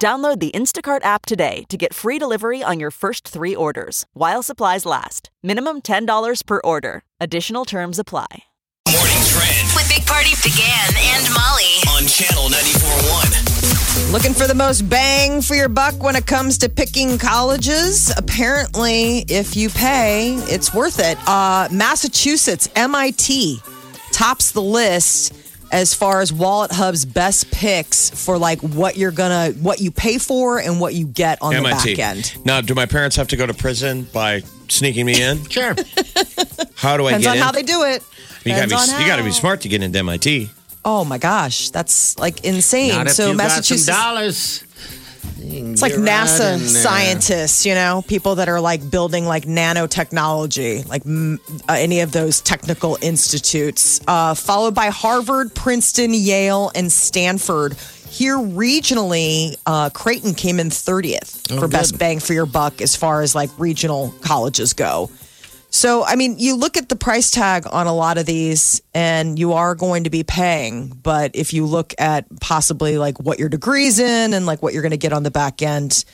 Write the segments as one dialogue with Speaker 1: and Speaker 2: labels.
Speaker 1: Download the Instacart app today to get free delivery on your first three orders while supplies last. Minimum $10 per order. Additional terms apply.
Speaker 2: Morning Trend
Speaker 3: with Big Party began and Molly.
Speaker 2: on Channel 94.1.
Speaker 4: Looking for the most bang for your buck when it comes to picking colleges? Apparently, if you pay, it's worth it. Uh, Massachusetts, MIT, tops the list as far as Wallet Hub's best picks for like what you're gonna, what you pay for and what you get on the
Speaker 5: MIT.
Speaker 4: back end.
Speaker 5: Now, do my parents have to go to prison by sneaking me in?
Speaker 6: Sure.
Speaker 5: How do I
Speaker 4: Depends
Speaker 5: get
Speaker 4: on
Speaker 5: in?
Speaker 4: how they do it.
Speaker 5: you gotta be
Speaker 4: Depends on
Speaker 5: you gotta
Speaker 4: how.
Speaker 5: be smart to get into MIT.
Speaker 4: Oh my gosh, that's like insane.
Speaker 6: Not if
Speaker 4: so
Speaker 6: you
Speaker 4: Massachusetts.
Speaker 6: got some dollars.
Speaker 4: It's like NASA scientists, you know, people that are like building like nanotechnology, like mm, uh, any of those technical institutes, uh, followed by Harvard, Princeton, Yale, and Stanford. Here regionally, uh, Creighton came in 30th for best bang for your buck as far as like regional colleges go. So, I mean, you look at the price tag on a lot of these and you are going to be paying. But if you look at possibly like what your degree's in and like what you're going to get on the back end,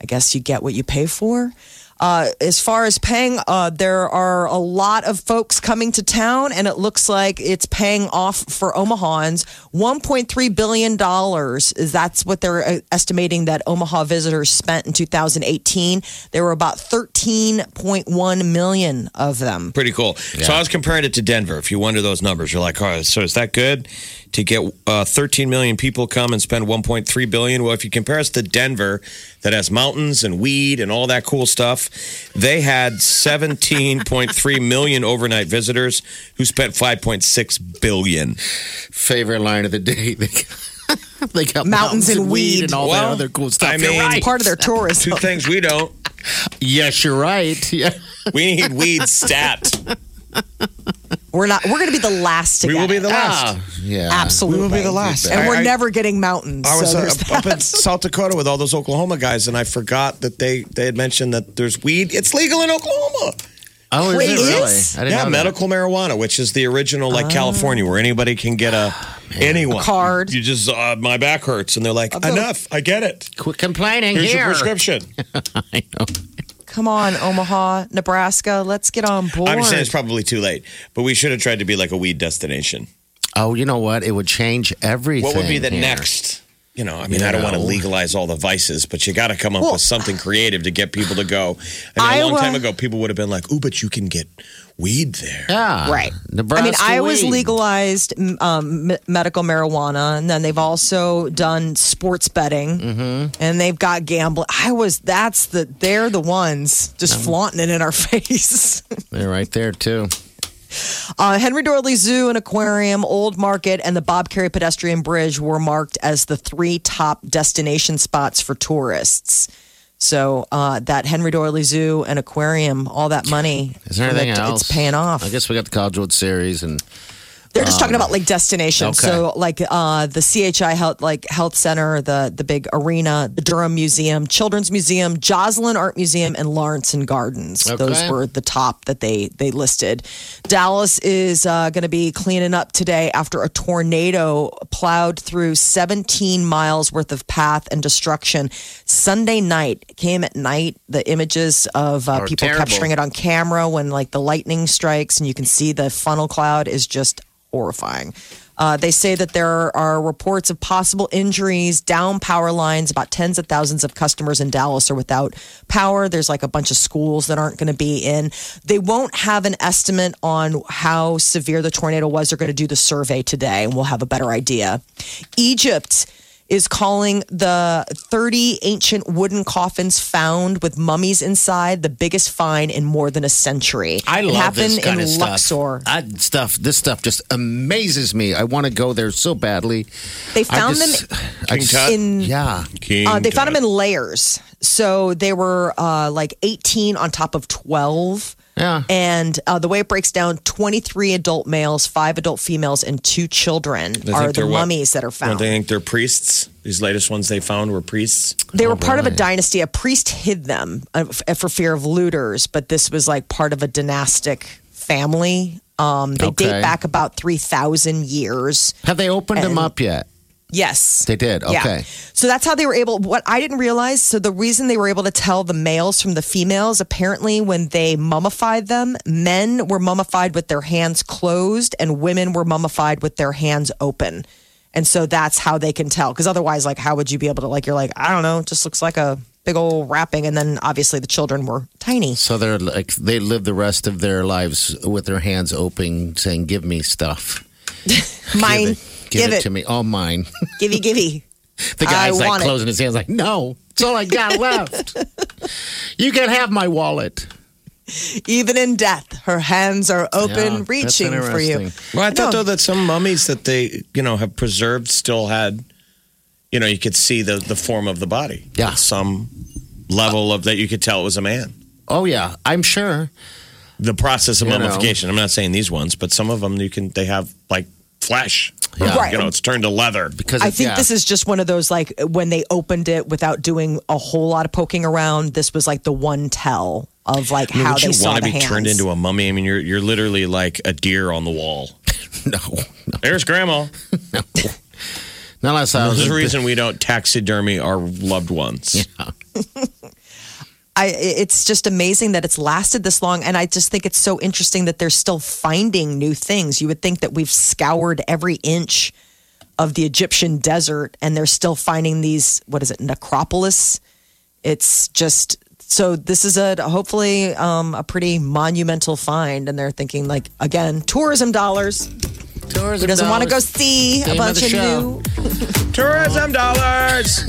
Speaker 4: I guess you get what you pay for. Uh, as far as paying, uh, there are a lot of folks coming to town, and it looks like it's paying off for Omahans. $1.3 billion is that's what they're uh, estimating that Omaha visitors spent in 2018. There were about 13.1 million of them.
Speaker 5: Pretty cool. So I was comparing it to Denver. If you wonder those numbers, you're like, oh, so is that good to get uh, 13 million people come and spend 1.3 billion? Well, if you compare us to Denver, that has mountains and weed and all that cool stuff, they had 17.3 million overnight visitors who spent 5.6 billion.
Speaker 6: Favorite line of the day. They got, they got mountains, and weed, and all that
Speaker 5: Well,
Speaker 6: other cool stuff.
Speaker 5: I
Speaker 6: You're
Speaker 5: mean-
Speaker 6: right.
Speaker 4: Part of their tourism.
Speaker 5: Two things we don't.
Speaker 6: yes, you're right. Yeah.
Speaker 5: We need weed stat.
Speaker 4: We're not. We're going to be the last to
Speaker 5: We
Speaker 4: get
Speaker 5: will be
Speaker 4: it.
Speaker 5: the last.
Speaker 6: Ah, yeah.
Speaker 4: Absolutely,
Speaker 5: we will be the last.
Speaker 4: and
Speaker 5: I-
Speaker 4: we're
Speaker 5: I-
Speaker 4: never getting mountains.
Speaker 5: I was
Speaker 4: so
Speaker 5: uh,
Speaker 4: there's
Speaker 5: up in
Speaker 4: that.
Speaker 5: South Dakota with all those Oklahoma guys, and I forgot that they they had mentioned that there's weed. It's legal in Oklahoma.
Speaker 6: Oh, is it
Speaker 4: Wait,
Speaker 6: really?
Speaker 4: is?
Speaker 6: I didn't
Speaker 5: Yeah,
Speaker 6: know that. Oh.
Speaker 5: medical marijuana, which is the original like California, where anybody can get a anyone
Speaker 4: card.
Speaker 5: You just uh, my back hurts, and they're like, enough. I get it.
Speaker 6: Quit complaining
Speaker 5: Here's
Speaker 6: here.
Speaker 5: your prescription.
Speaker 6: I know.
Speaker 4: Come on, Omaha, Nebraska. Let's get on board.
Speaker 5: I'm just saying it's probably too late, but we should have tried to be like a weed destination.
Speaker 6: Oh, you know what? It would change everything.
Speaker 5: What would be the
Speaker 6: here.
Speaker 5: next? You know, I mean,
Speaker 6: You
Speaker 5: I don't want to
Speaker 6: know.
Speaker 5: legalize all the vices, but you got to come up
Speaker 4: Well-
Speaker 5: with something creative to get people to go. I mean, a long
Speaker 4: Iowa-
Speaker 5: time ago, people would have been like, "Ooh, but you can get weed there."
Speaker 6: Yeah.
Speaker 4: Right.
Speaker 6: Nebraska.
Speaker 4: I mean, Iowa's
Speaker 6: weed.
Speaker 4: legalized m- um, m- medical marijuana, and then they've also done sports betting,
Speaker 6: Mm-hmm.
Speaker 4: and they've got gambling. Iowa's that's the they're the ones just flaunting it in our face.
Speaker 6: They're right there, too.
Speaker 4: Uh, Henry Dorley Zoo and Aquarium, Old Market, and the Bob Carey Pedestrian Bridge were marked as the three top destination spots for tourists. So uh, that Henry Dorley Zoo and Aquarium, all that money,
Speaker 6: Is there anything
Speaker 4: it's,
Speaker 6: else?
Speaker 4: It's paying off.
Speaker 6: I guess we got the College World Series and
Speaker 4: They're just talking about like destinations.
Speaker 6: Um, okay.
Speaker 4: So like uh, the CHI health like health center, the the big arena, the Durham Museum, Children's Museum, Joslin Art Museum, and Lawrence and Gardens. Those
Speaker 6: Okay.
Speaker 4: were the top that they they listed. Dallas is uh, going to be cleaning up today after a tornado plowed through 17 miles worth of path and destruction. Sunday night came at night. The images of uh,
Speaker 6: Are
Speaker 4: people
Speaker 6: terrible.
Speaker 4: capturing it on camera when like the lightning strikes and you can see the funnel cloud is just horrifying. Uh, they say that there are reports of possible injuries, down power lines. About tens of thousands of customers in Dallas are without power. There's like a bunch of schools that aren't going to be in. They won't have an estimate on how severe the tornado was. They're going to do the survey today and we'll have a better idea. Egypt is calling the 30 ancient wooden coffins found with mummies inside the biggest find in more than a century.
Speaker 6: I
Speaker 4: it
Speaker 6: love
Speaker 4: happened
Speaker 6: this kind
Speaker 4: in
Speaker 6: of
Speaker 4: Luxor.
Speaker 6: stuff. I, stuff. This stuff just amazes me. I want to go there so badly.
Speaker 4: They found
Speaker 6: I just,
Speaker 4: them
Speaker 6: I just,
Speaker 5: Tut?
Speaker 4: in
Speaker 6: yeah.
Speaker 4: uh, they found them in layers. So they were uh, like 18 on top of 12.
Speaker 6: Yeah.
Speaker 4: And uh, the way it breaks down 23 adult males, five adult females, and two children
Speaker 5: They
Speaker 4: are
Speaker 5: think
Speaker 4: the
Speaker 5: they're what?
Speaker 4: mummies that are
Speaker 5: Don't
Speaker 4: found.
Speaker 5: they think they're priests? These latest ones they found were priests.
Speaker 4: They were part of a dynasty. A priest hid them uh, f- for fear of looters, but this was like part of a dynastic family. Um, they
Speaker 6: Okay.
Speaker 4: date back about 3,000 years.
Speaker 6: Have they opened them up yet?
Speaker 4: Yes.
Speaker 6: They did. Okay.
Speaker 4: Yeah. So that's how they were able. What I didn't realize. So the reason they were able to tell the males from the females, apparently, when they mummified them, men were mummified with their hands closed, and women were mummified with their hands open. And so that's how they can tell. Because otherwise, like, how would you be able to? Like, you're like, I don't know. it Just looks like a big old wrapping. And then obviously the children were tiny.
Speaker 6: So they're like they live the rest of their lives with their hands open, saying, "Give me stuff. Give
Speaker 4: Mine.
Speaker 6: it, give
Speaker 4: Give,
Speaker 6: it
Speaker 4: it.
Speaker 6: to me. All mine."
Speaker 4: Givey, givey.
Speaker 6: The
Speaker 4: I
Speaker 6: guy's like
Speaker 4: want it.
Speaker 6: closing his hands, like, "No, it's all I got left. You can have my wallet."
Speaker 4: Even in death, her hands are
Speaker 6: Yeah,
Speaker 4: open,
Speaker 6: that's
Speaker 4: reaching for you.
Speaker 6: interesting.
Speaker 5: Well, I thought
Speaker 4: No.
Speaker 5: though that some mummies that they you know have preserved still had, you know, you could see the the form of the body.
Speaker 6: Yeah.
Speaker 5: some level of that you could tell it was a man.
Speaker 6: Oh yeah, I'm sure.
Speaker 5: The process of
Speaker 6: You know.
Speaker 5: mummification. I'm not saying these ones, but some of them you can they have like flesh.
Speaker 6: Yeah.
Speaker 4: Right.
Speaker 5: You know, it's turned to leather.
Speaker 6: Because
Speaker 4: I
Speaker 6: it-
Speaker 4: think
Speaker 6: yeah.
Speaker 4: this is just one of those like when they opened it without doing a whole lot of poking around. This was like the one tell of like
Speaker 5: I mean,
Speaker 4: how
Speaker 5: would
Speaker 4: they
Speaker 5: you
Speaker 4: saw
Speaker 5: want
Speaker 4: the
Speaker 5: to be
Speaker 4: hands.
Speaker 5: turned into a mummy? I mean, you're you're literally like a deer on the wall.
Speaker 6: no, no,
Speaker 5: There's grandma.
Speaker 6: not unless I was
Speaker 5: There's
Speaker 6: in-
Speaker 5: a reason we don't taxidermy our loved ones.
Speaker 4: I, it's just amazing that it's lasted this long, and I just think it's so interesting that they're still finding new things. You would think that we've scoured every inch of the Egyptian desert, and they're still finding these. What is it? Necropolis. It's just. So this is a hopefully um, a pretty monumental find, and they're thinking like again tourism dollars.
Speaker 6: Tourism
Speaker 4: doesn't want to go
Speaker 6: dollars.
Speaker 4: see a
Speaker 6: Name of
Speaker 4: bunch
Speaker 6: the
Speaker 4: of,
Speaker 6: show.
Speaker 4: new.
Speaker 5: Tourism dollars.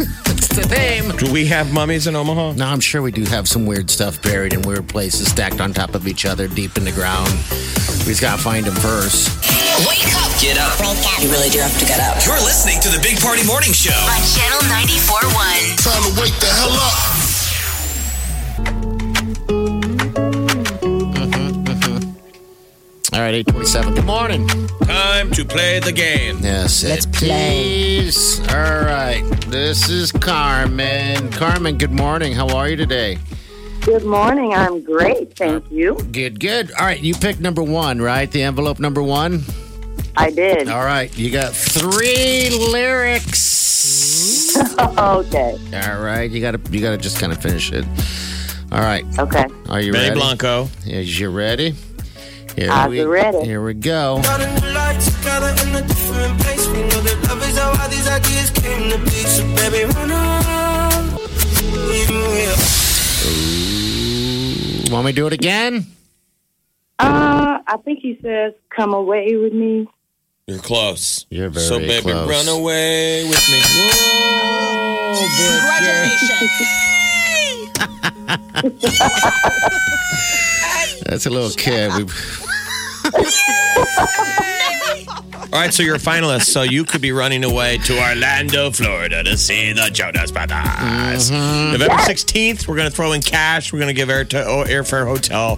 Speaker 6: the name.
Speaker 5: Do we have mummies in Omaha?
Speaker 6: Now I'm sure we do have some weird stuff buried in weird places, stacked on top of each other, deep in the ground. We just gotta find them first.
Speaker 3: Wake up
Speaker 2: Get up.
Speaker 7: You really do have to get up.
Speaker 2: You're listening to the Big Party Morning Show.
Speaker 3: on Channel 94.1.
Speaker 8: Time to wake the hell up.
Speaker 6: All right, 827. Good morning.
Speaker 5: Time to play the game.
Speaker 6: Yes. Let's
Speaker 4: play.
Speaker 6: All right. This is Carmen. Carmen, good morning. How are you today?
Speaker 9: Good morning. I'm great. Thank you.
Speaker 6: Good, good. All right, you picked number one, right? The envelope number one.
Speaker 9: I did.
Speaker 6: All right, you got three lyrics.
Speaker 9: Okay.
Speaker 6: All right, you gotta you gotta just kind of finish it. All right,
Speaker 9: Okay.
Speaker 6: are you
Speaker 5: Benny
Speaker 6: ready?
Speaker 5: Blanco.
Speaker 6: Is you ready? Here
Speaker 9: I'm
Speaker 6: we,
Speaker 9: ready.
Speaker 6: Here we go. Want me to do it again?
Speaker 9: Uh, I think he says, "Come away with me."
Speaker 5: You're close.
Speaker 6: You're very
Speaker 5: So baby,
Speaker 6: close.
Speaker 5: run away with me.
Speaker 6: That's a little kid. We,
Speaker 5: All right, so you're a finalist, so you could be running away to Orlando, Florida to see the Jonas Brothers. November 16th, we're going to throw in cash. We're going to give air to, oh, airfare, hotel,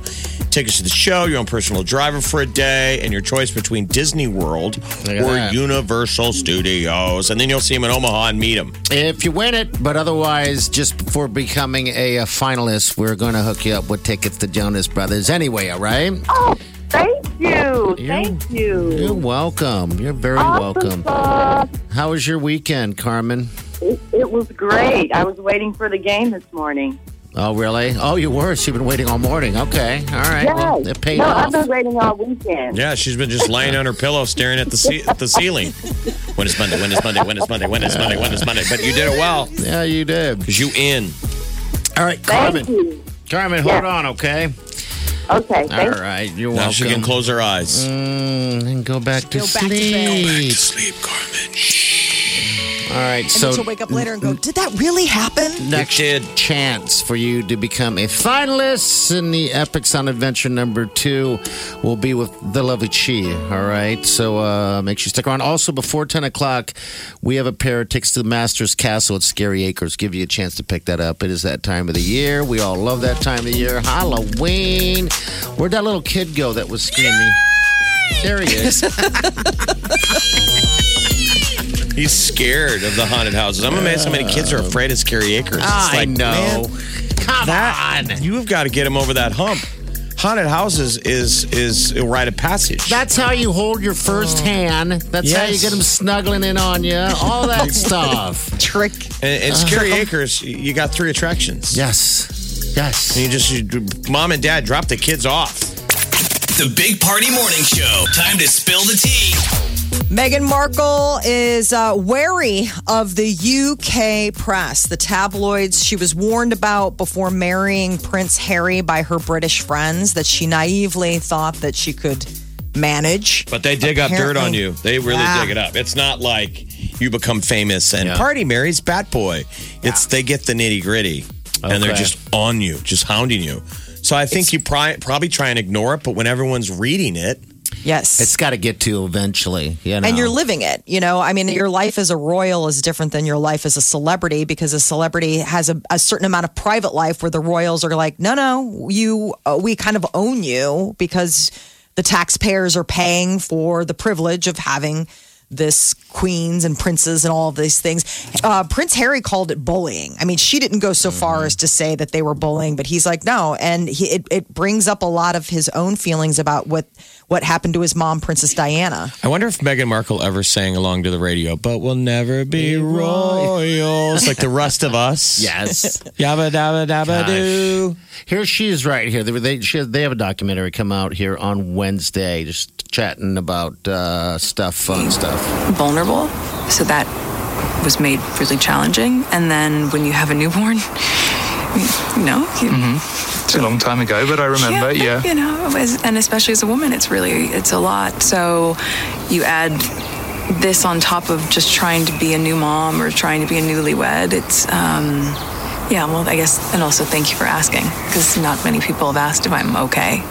Speaker 5: tickets to the show, your own personal driver for a day, and your choice between Disney World
Speaker 6: Look at
Speaker 5: or
Speaker 6: that.
Speaker 5: Universal Studios. And then you'll see him in Omaha and meet him.
Speaker 6: if you win it, but otherwise, just for becoming a, uh finalist, we're going to hook you up with tickets to Jonas Brothers anyway, all right?
Speaker 9: Oh, thank you.
Speaker 6: You-
Speaker 9: Thank you.
Speaker 6: You're welcome. You're very
Speaker 9: Awesome
Speaker 6: welcome.
Speaker 9: stuff.
Speaker 6: How was your weekend, Carmen?
Speaker 9: It, it was great. I was waiting for the game this morning.
Speaker 6: Oh, really? Oh, you were. So you've been waiting all morning. Okay. All right. Well, it paid
Speaker 9: no,
Speaker 6: off.
Speaker 9: I've been waiting all weekend.
Speaker 5: Yeah, she's been just laying on her pillow staring at the, ce- at the ceiling. When is Monday? When is Monday? When is Monday? When is Monday? When is Monday? But you did it well
Speaker 6: yeah, you did.
Speaker 5: because you in.
Speaker 6: All right,
Speaker 9: Thank
Speaker 6: Carmen.
Speaker 9: you.
Speaker 6: Carmen, hold on, okay?
Speaker 9: Okay.
Speaker 6: All
Speaker 9: Thank you.
Speaker 6: right. You're
Speaker 5: Now
Speaker 6: welcome.
Speaker 5: she can close her eyes.
Speaker 6: Mm, and go back to sleep.
Speaker 5: Sleep, Carmen.
Speaker 6: All All right,
Speaker 4: And
Speaker 6: so
Speaker 4: then she'll wake up later and go, Did that really happen?
Speaker 6: next
Speaker 5: did.
Speaker 6: chance for you to become a finalist in the Epics on Adventure number two will be with the lovely Chi. All right, so uh, make sure you stick around. Also, before ten o'clock, we have a pair of tickets to the Masters Castle at Scary Acres. Give you a chance to pick that up. It is that time of the year. We all love that time of the year. Halloween. Where'd that little kid go that was screaming? There he is.
Speaker 5: He's scared of the haunted houses. I'm amazed how many kids are afraid of scary acres. It's
Speaker 6: I
Speaker 5: like, man,
Speaker 6: know. Come
Speaker 5: that
Speaker 6: on.
Speaker 5: you've got to get him over that hump. Haunted houses is is a rite of passage.
Speaker 6: That's how you hold your first hand. That's how you
Speaker 5: Yes.
Speaker 6: get them snuggling in on you. All that stuff.
Speaker 4: Trick.
Speaker 5: and, and Scary
Speaker 6: Uh-huh.
Speaker 5: Acres, you got three attractions.
Speaker 6: Yes. Yes.
Speaker 5: You just you, mom and dad drop the kids off.
Speaker 2: The Big Party Morning Show. Time to spill the tea.
Speaker 4: Meghan Markle is uh, wary of the UK press, the tabloids she was warned about before marrying Prince Harry by her British friends that she naively thought that she could manage.
Speaker 5: But they dig up dirt on
Speaker 4: Apparently.
Speaker 5: you. They really
Speaker 4: Yeah.
Speaker 5: dig it up. It's not like you become famous and party marries Bat Boy. It's they get the nitty gritty and they're
Speaker 6: Okay.
Speaker 5: just on you, just hounding you. So I think you pri- probably try and ignore it, but when everyone's reading it,
Speaker 4: Yes.
Speaker 6: it's got to get to you eventually. You know.
Speaker 4: and you're living it. You know, I mean, your life as a royal is different than your life as a celebrity because a celebrity has a, a certain amount of private life where the royals are like, no, no, you, uh, we kind of own you because the taxpayers are paying for the privilege of having this queens and princes and all of these things. Uh, Prince Harry called it bullying. I mean, she didn't go so far
Speaker 6: Mm-hmm.
Speaker 4: as to say that they were bullying, but he's like, no. And he, it, it brings up a lot of his own feelings about what, what happened to his mom, Princess Diana.
Speaker 5: I wonder if Meghan Markle ever sang along to the radio, but we'll never be royals like the rest of us.
Speaker 6: yes.
Speaker 5: Yabba dabba dabba doo.
Speaker 6: Here she is right here. They, they, she, they have a documentary come out here on Wednesday just chatting about uh, stuff, fun stuff.
Speaker 8: vulnerable. So that was made really challenging. And then when you have a newborn, you know, you,
Speaker 10: It's a long time ago, but I remember. Yeah.
Speaker 8: you know, as, and especially as a woman, it's really it's a lot. So you add this on top of just trying to be a new mom or Um, trying to be a newlywed. It's um, yeah. Well, I guess, and also thank you for asking because not many people have asked if I'm okay,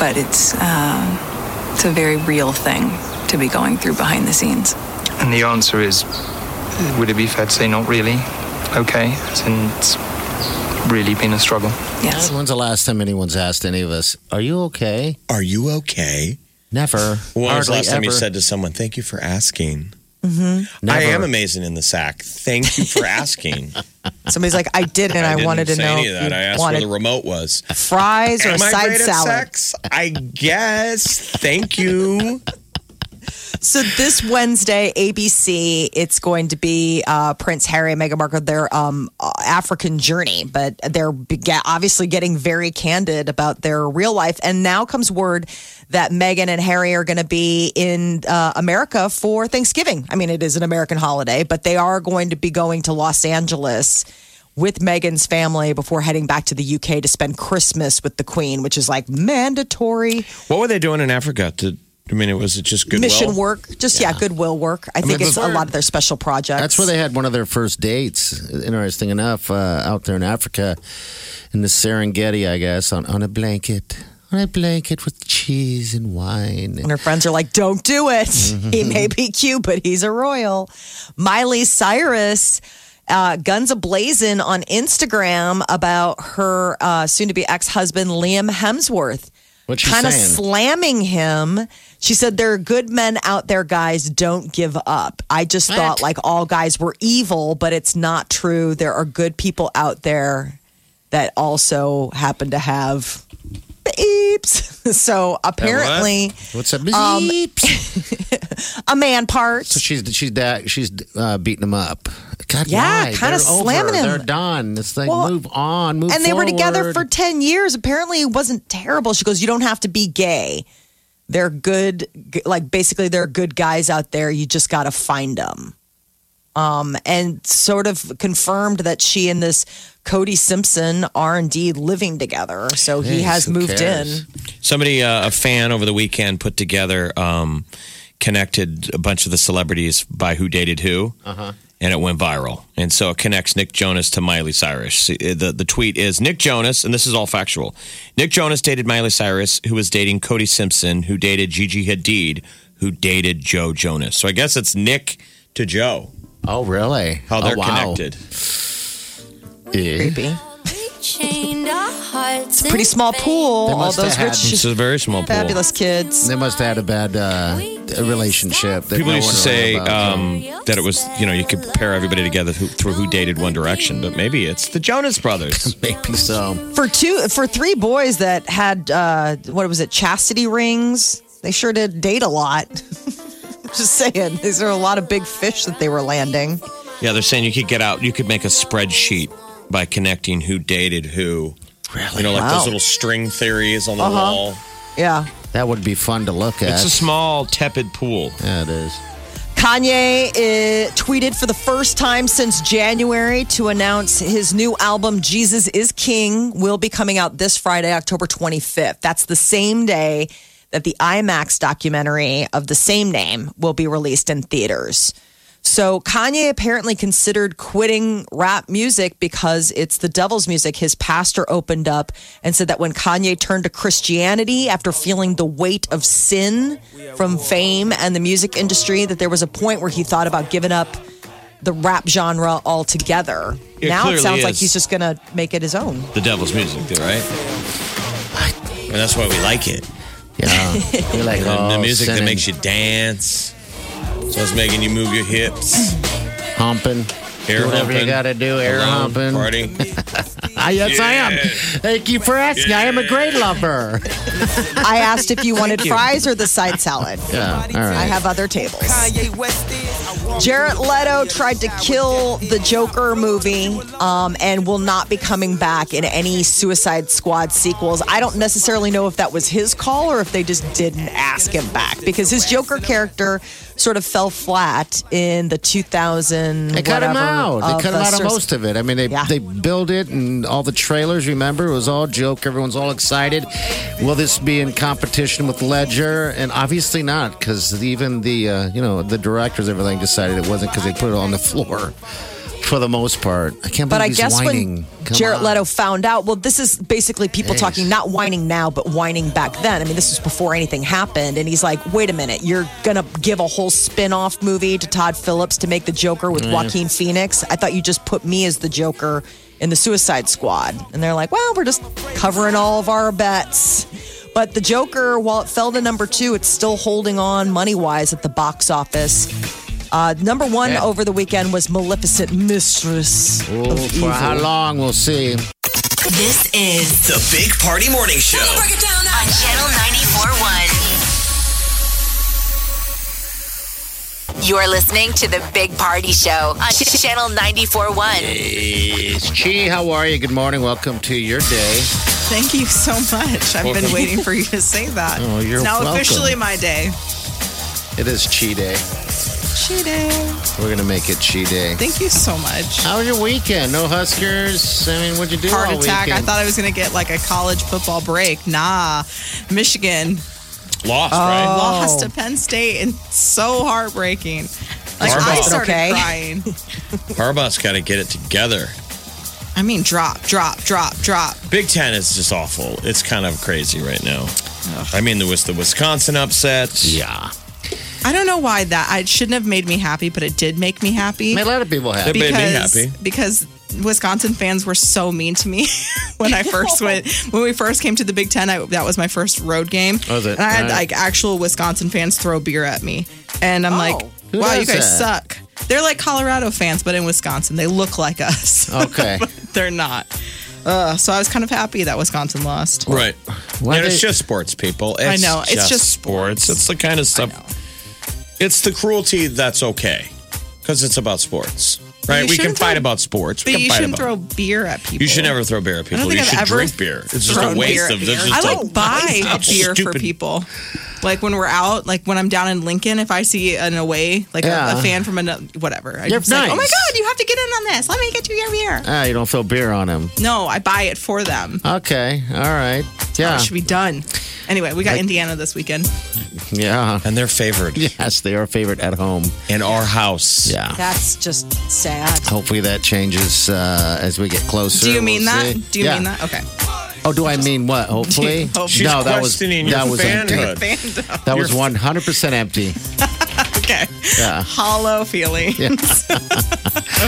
Speaker 8: but it's um, it's a very real thing to be going through behind the scenes.
Speaker 10: And the answer is, would it be fair to say not really? Okay, as in it's really been a struggle.
Speaker 8: Yes.
Speaker 6: When's the last time anyone's asked any of us, "Are you okay?"
Speaker 5: Are you okay? When
Speaker 6: Never.
Speaker 5: was the
Speaker 6: Hardly
Speaker 5: last time you
Speaker 6: ever.
Speaker 5: said to someone, "Thank you for asking"?
Speaker 6: Never.
Speaker 5: I am amazing in the sack. Thank you for asking.
Speaker 4: Somebody's like, I didn't. I,
Speaker 5: didn't
Speaker 4: wanted to
Speaker 5: say
Speaker 4: know.
Speaker 5: Any of
Speaker 4: if
Speaker 5: that.
Speaker 4: you
Speaker 5: I asked
Speaker 4: wanted
Speaker 5: where the remote was.
Speaker 4: fries or a
Speaker 5: Am I
Speaker 4: side
Speaker 5: great at
Speaker 4: salad.
Speaker 5: sex? I guess. Thank you.
Speaker 4: So this Wednesday, ABC, it's going to be uh, Prince Harry and Meghan Markle their um, uh, African journey, but they're bega- obviously getting very candid about their real life. And now comes word that Meghan and Harry are going to be in uh, America for Thanksgiving. I mean, it is an American holiday, but they are going to be going to Los Angeles. with Meghan's family before heading back to the UK to spend Christmas with the Queen, which is like mandatory
Speaker 5: What were they doing in Africa? To, I mean, it was it just goodwill?
Speaker 4: mission work. Just yeah, goodwill work. I, think
Speaker 6: mean,
Speaker 4: it's
Speaker 6: those
Speaker 4: a
Speaker 6: are-
Speaker 4: lot of their special projects.
Speaker 6: That's where they had one of their first dates. Interesting enough, uh, out there in Africa, in the Serengeti, I guess, on, on a blanket, on a blanket with cheese and wine.
Speaker 4: And her friends are like, don't do it.
Speaker 6: Mm-hmm.
Speaker 4: He may be cute, but he's a royal. Miley Cyrus, uh, guns ablazing on Instagram about her uh, soon to be ex husband, Liam Hemsworth.
Speaker 6: What's she
Speaker 4: Kind of
Speaker 6: saying?
Speaker 4: slamming him. She said, There are good men out there, guys. Don't give up. I just thought like all guys were evil, but it's not true. There are good people out there that also happen to have beeps. So apparently
Speaker 6: What's up?
Speaker 4: Um, a man part.
Speaker 6: So she's she's that she's uh, beating him up. God,
Speaker 4: Yeah,
Speaker 6: why?
Speaker 4: kinda
Speaker 6: They're over.
Speaker 4: slamming him.
Speaker 6: They're done. It's like
Speaker 4: Well,
Speaker 6: move on, move.
Speaker 4: and they were together for
Speaker 6: forward.
Speaker 4: 10 years. Apparently, it wasn't terrible. She goes, You don't have to be gay. They're good, g- like basically, they're good guys out there. You just got to find them. Um, and sort of confirmed that she and this Cody Simpson are indeed living together. So he
Speaker 6: Jeez,
Speaker 4: has
Speaker 6: who
Speaker 4: moved
Speaker 6: cares?
Speaker 4: in.
Speaker 5: Somebody, uh, a fan over the weekend, put together, um, connected a bunch of the celebrities by who dated who. Uh-huh. and it went viral. And so it connects Nick Jonas to Miley Cyrus. uh, The, the tweet is Nick Jonas, and this is all factual. Nick Jonas dated Miley Cyrus, who was dating Cody Simpson, who dated Gigi Hadid, who dated Joe Jonas. So I guess it's Nick to Joe.
Speaker 6: Oh, really?
Speaker 5: How they're
Speaker 6: Oh, wow.
Speaker 5: connected.
Speaker 6: Yeah.
Speaker 4: Creepy. It's a pretty small pool.
Speaker 6: They
Speaker 4: All
Speaker 6: must have
Speaker 4: those
Speaker 6: had-
Speaker 5: It's
Speaker 4: rich,
Speaker 5: a very small pool.
Speaker 4: fabulous kids.
Speaker 6: They must have had a bad uh, relationship. that
Speaker 5: People
Speaker 6: no
Speaker 5: used to
Speaker 6: one
Speaker 5: say
Speaker 6: really loved.
Speaker 5: um, that it was, you know, you could pair everybody together who, through who dated One Direction, but maybe it's the Jonas Brothers.
Speaker 6: maybe so.
Speaker 4: For two, for three boys that had uh, what was it, chastity rings? They sure did date a lot. Just saying, these are a lot of big fish that they were landing.
Speaker 5: yeah, they're saying you could get out, you could make a spreadsheet by connecting who dated who. You know, like
Speaker 4: Wow.
Speaker 5: those little string theories on the wall.
Speaker 4: Yeah.
Speaker 6: That would be fun to look at.
Speaker 5: It's a small, tepid pool.
Speaker 6: yeah, it is.
Speaker 4: Kanye uh, tweeted for the first time since January to announce his new album, Jesus is King, will be coming out this Friday, October 25th. That's the same day that the IMAX documentary of the same name will be released in theaters. So Kanye apparently considered quitting rap music because it's the devil's music. His pastor opened up and said that when Kanye turned to Christianity after feeling the weight of sin from fame and the music industry, that there was a point where he thought about giving up the rap genre altogether.
Speaker 5: It
Speaker 4: now it
Speaker 5: clearly
Speaker 4: sounds like
Speaker 5: is.
Speaker 4: he's just going to make it his own.
Speaker 5: The devil's music, there, right? And that's why we like it.
Speaker 6: Yeah, You're like,
Speaker 5: The, the
Speaker 6: oh,
Speaker 5: music that
Speaker 6: sinning,
Speaker 5: makes you dance. So it's making you move your hips.
Speaker 6: humping.
Speaker 5: Air
Speaker 6: Do whatever you
Speaker 5: humping.
Speaker 6: gotta do, air
Speaker 5: alone,
Speaker 6: humping.
Speaker 5: Party.
Speaker 6: Ah, yes, I am. Thank you for asking. I am a great lover.
Speaker 4: I asked if you wanted fries or the side salad.
Speaker 6: Yeah, all right.
Speaker 4: I have other tables. Jared Leto tried to kill the Joker movie um, and will not be coming back in any Suicide Squad sequels. I don't necessarily know if that was his call or if they just didn't ask him back because his Joker character sort of fell flat in the 2000.
Speaker 6: They cut him
Speaker 4: whatever
Speaker 6: out. They cut him
Speaker 4: the
Speaker 6: out of
Speaker 4: Sur-
Speaker 6: most of it. I mean, they
Speaker 4: Yeah.
Speaker 6: they build it and all the trailers. Remember, it was all joke. Everyone's all excited. Will this be in competition with Ledger? And obviously not, because even the uh, you know the directors and everything decided it wasn't because they put it on the floor for the most part. I can't believe
Speaker 4: But I
Speaker 6: he's
Speaker 4: guess
Speaker 6: whining.
Speaker 4: when
Speaker 6: Come
Speaker 4: Jared
Speaker 6: on.
Speaker 4: Leto found out, well, this is basically people
Speaker 6: Jeez.
Speaker 4: talking, not whining now, but whining back then. I mean, this was before anything happened. And he's like, wait a minute, you're going to give a whole spin off movie to Todd Phillips to make the Joker with Joaquin Phoenix? I thought you just put me as the Joker in the Suicide Squad. And they're like, well, we're just covering all of our bets. But the Joker, while it fell to number two, it's still holding on money wise at the box office. Uh, number one
Speaker 6: Yeah.
Speaker 4: over the weekend was Maleficent, Mistress
Speaker 6: Oh,
Speaker 4: of Evil.
Speaker 6: for how long? We'll see.
Speaker 3: This is
Speaker 2: The Big Party Morning Show.
Speaker 3: on Channel 94.1. You're listening to the Big Party Show on Ch- Channel 94.1.
Speaker 6: It's Chi. How are you? Good morning. Welcome to your day.
Speaker 11: Thank you so much. I've been waiting for you to say that.
Speaker 6: Oh, you're
Speaker 11: it's now
Speaker 6: welcome.
Speaker 11: officially my day.
Speaker 6: It is Chi Day.
Speaker 11: She day.
Speaker 6: We're gonna make it Chi Day.
Speaker 11: Thank you so much.
Speaker 6: How was your weekend? No Huskers. I mean, what'd you do
Speaker 11: Heart
Speaker 6: all
Speaker 11: attack.
Speaker 6: weekend?
Speaker 11: I thought I was going to get like a college football break. Nah. Michigan
Speaker 5: Lost, right?
Speaker 11: lost
Speaker 4: Oh,
Speaker 11: to Penn State and it's so heartbreaking. Like I
Speaker 5: Harbaugh.
Speaker 11: started
Speaker 4: Okay.
Speaker 11: crying.
Speaker 5: Harbaugh's got to get it together.
Speaker 11: I mean, drop, drop, drop, drop.
Speaker 5: Big Ten is just awful. It's kind of crazy right now. I mean, there was the Wisconsin upset.
Speaker 6: yeah,
Speaker 11: I don't know why that I it shouldn't have made me happy, but it did make me happy.
Speaker 6: made a lot of people happy.
Speaker 5: It made me
Speaker 11: because
Speaker 5: happy.
Speaker 11: because Wisconsin fans were so mean to me when I first went when we first came to the Big Ten. I, that was my first road game,
Speaker 6: Was Oh, it?
Speaker 11: and I had
Speaker 6: All right.
Speaker 11: like actual Wisconsin fans throw beer at me, and I'm like,
Speaker 6: Oh, Who
Speaker 11: wow,
Speaker 6: does
Speaker 11: you guys
Speaker 6: that?
Speaker 11: suck. They're like Colorado fans, but in Wisconsin, they look like us.
Speaker 5: Oh.
Speaker 6: Okay.
Speaker 11: but they're not. Uh, so I was kind of happy that Wisconsin lost.
Speaker 5: Right.
Speaker 6: Why
Speaker 5: and
Speaker 6: they-
Speaker 5: it's just sports, people.
Speaker 11: I
Speaker 5: It's
Speaker 11: know. It's
Speaker 5: just,
Speaker 11: just
Speaker 5: sports. It's the kind of stuff. It's the cruelty that's okay because it's about sports, right?
Speaker 11: you
Speaker 5: We can
Speaker 11: shouldn't
Speaker 5: fight
Speaker 11: throw-
Speaker 5: about sports. We
Speaker 11: But
Speaker 5: can
Speaker 11: you
Speaker 5: fight
Speaker 11: shouldn't
Speaker 5: about.
Speaker 11: throw beer at people.
Speaker 5: you should never throw beer at
Speaker 11: I
Speaker 5: people.
Speaker 11: don't think
Speaker 5: You
Speaker 11: I've
Speaker 5: should
Speaker 11: ever
Speaker 5: drink beer. It's just a
Speaker 11: thrown
Speaker 5: waste
Speaker 11: beer at
Speaker 5: of. This
Speaker 11: people. I
Speaker 5: just
Speaker 11: like buy
Speaker 5: Stop
Speaker 11: beer for
Speaker 5: stupid-
Speaker 11: people. Like when we're out, like when I'm down in Lincoln, if I see an away, like a-
Speaker 6: Yeah.
Speaker 11: a, fan from another, whatever, I'm
Speaker 6: You're
Speaker 11: just like, oh my
Speaker 6: nice.
Speaker 11: god, you have to get in on this. Let me get you your beer.
Speaker 6: Ah, you don't throw beer on him.
Speaker 11: No, I buy it for them.
Speaker 6: Okay. All right. Yeah.
Speaker 11: It should be done. Anyway, we got
Speaker 6: Like-
Speaker 11: Indiana this weekend.
Speaker 6: Yeah.
Speaker 5: And they're favored.
Speaker 6: Yes, they are favored at home.
Speaker 5: In our house.
Speaker 6: Yeah.
Speaker 4: That's just sad.
Speaker 6: Hopefully that changes uh, as we get closer.
Speaker 11: Do you mean
Speaker 6: We'll
Speaker 11: that?
Speaker 6: see.
Speaker 11: Do you
Speaker 6: Yeah.
Speaker 11: mean that? Okay.
Speaker 6: Oh, do I mean what? Hopefully.
Speaker 11: Hopefully.
Speaker 5: She's
Speaker 6: no, that was
Speaker 5: questioning your
Speaker 6: that was
Speaker 5: fanhood.
Speaker 6: empty. That was one hundred percent empty.
Speaker 11: Okay.
Speaker 6: Yeah.
Speaker 11: Hollow feelings.
Speaker 6: Yeah.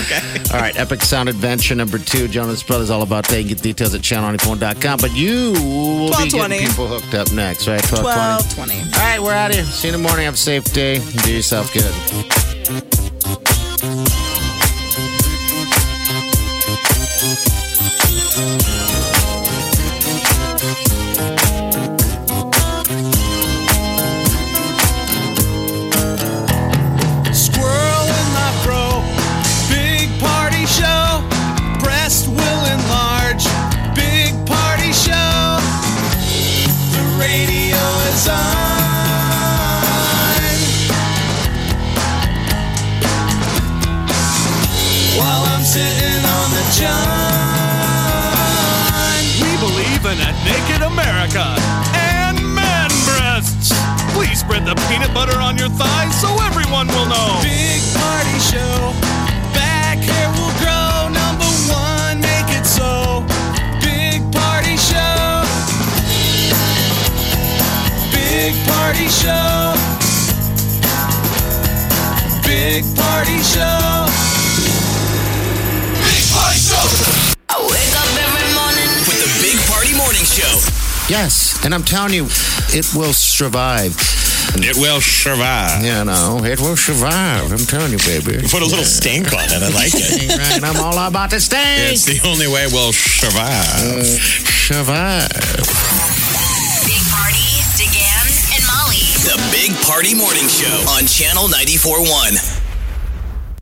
Speaker 11: okay.
Speaker 6: All right, Epic Sound Adventure number two, Jonas Brothers, all about that. You get details at channeloniphone.com. But you will be getting
Speaker 11: 12:20.
Speaker 6: people hooked up next, right? 1220.
Speaker 11: Twelve twenty.
Speaker 6: All right, we're out of here. See you in the morning. Have a safe day. Do yourself good.
Speaker 2: Squirrel in my bro. Big party show. Breast will enlarge. Big party show. The radio is on. While I'm sitting on the john.
Speaker 12: We believe in a naked America and man breasts. Please spread the peanut butter on your thighs so everyone will know.
Speaker 2: Big party show. Back hair will grow. Number one, make it so. Big party show. Big party show. Big party show. Big party show. I wake up every morning with the Big Party Morning Show.
Speaker 6: Yes, and I'm telling you, it will survive.
Speaker 5: It will survive.
Speaker 6: You know, it will survive. I'm telling you, baby.
Speaker 5: You put a little stink on it. I like it.
Speaker 6: Right, and I'm all about to stay.
Speaker 5: It's the only way we'll survive.
Speaker 6: Survive.
Speaker 3: Big Party, DeGan, and Molly.
Speaker 2: The Big Party Morning Show on Channel 94.1.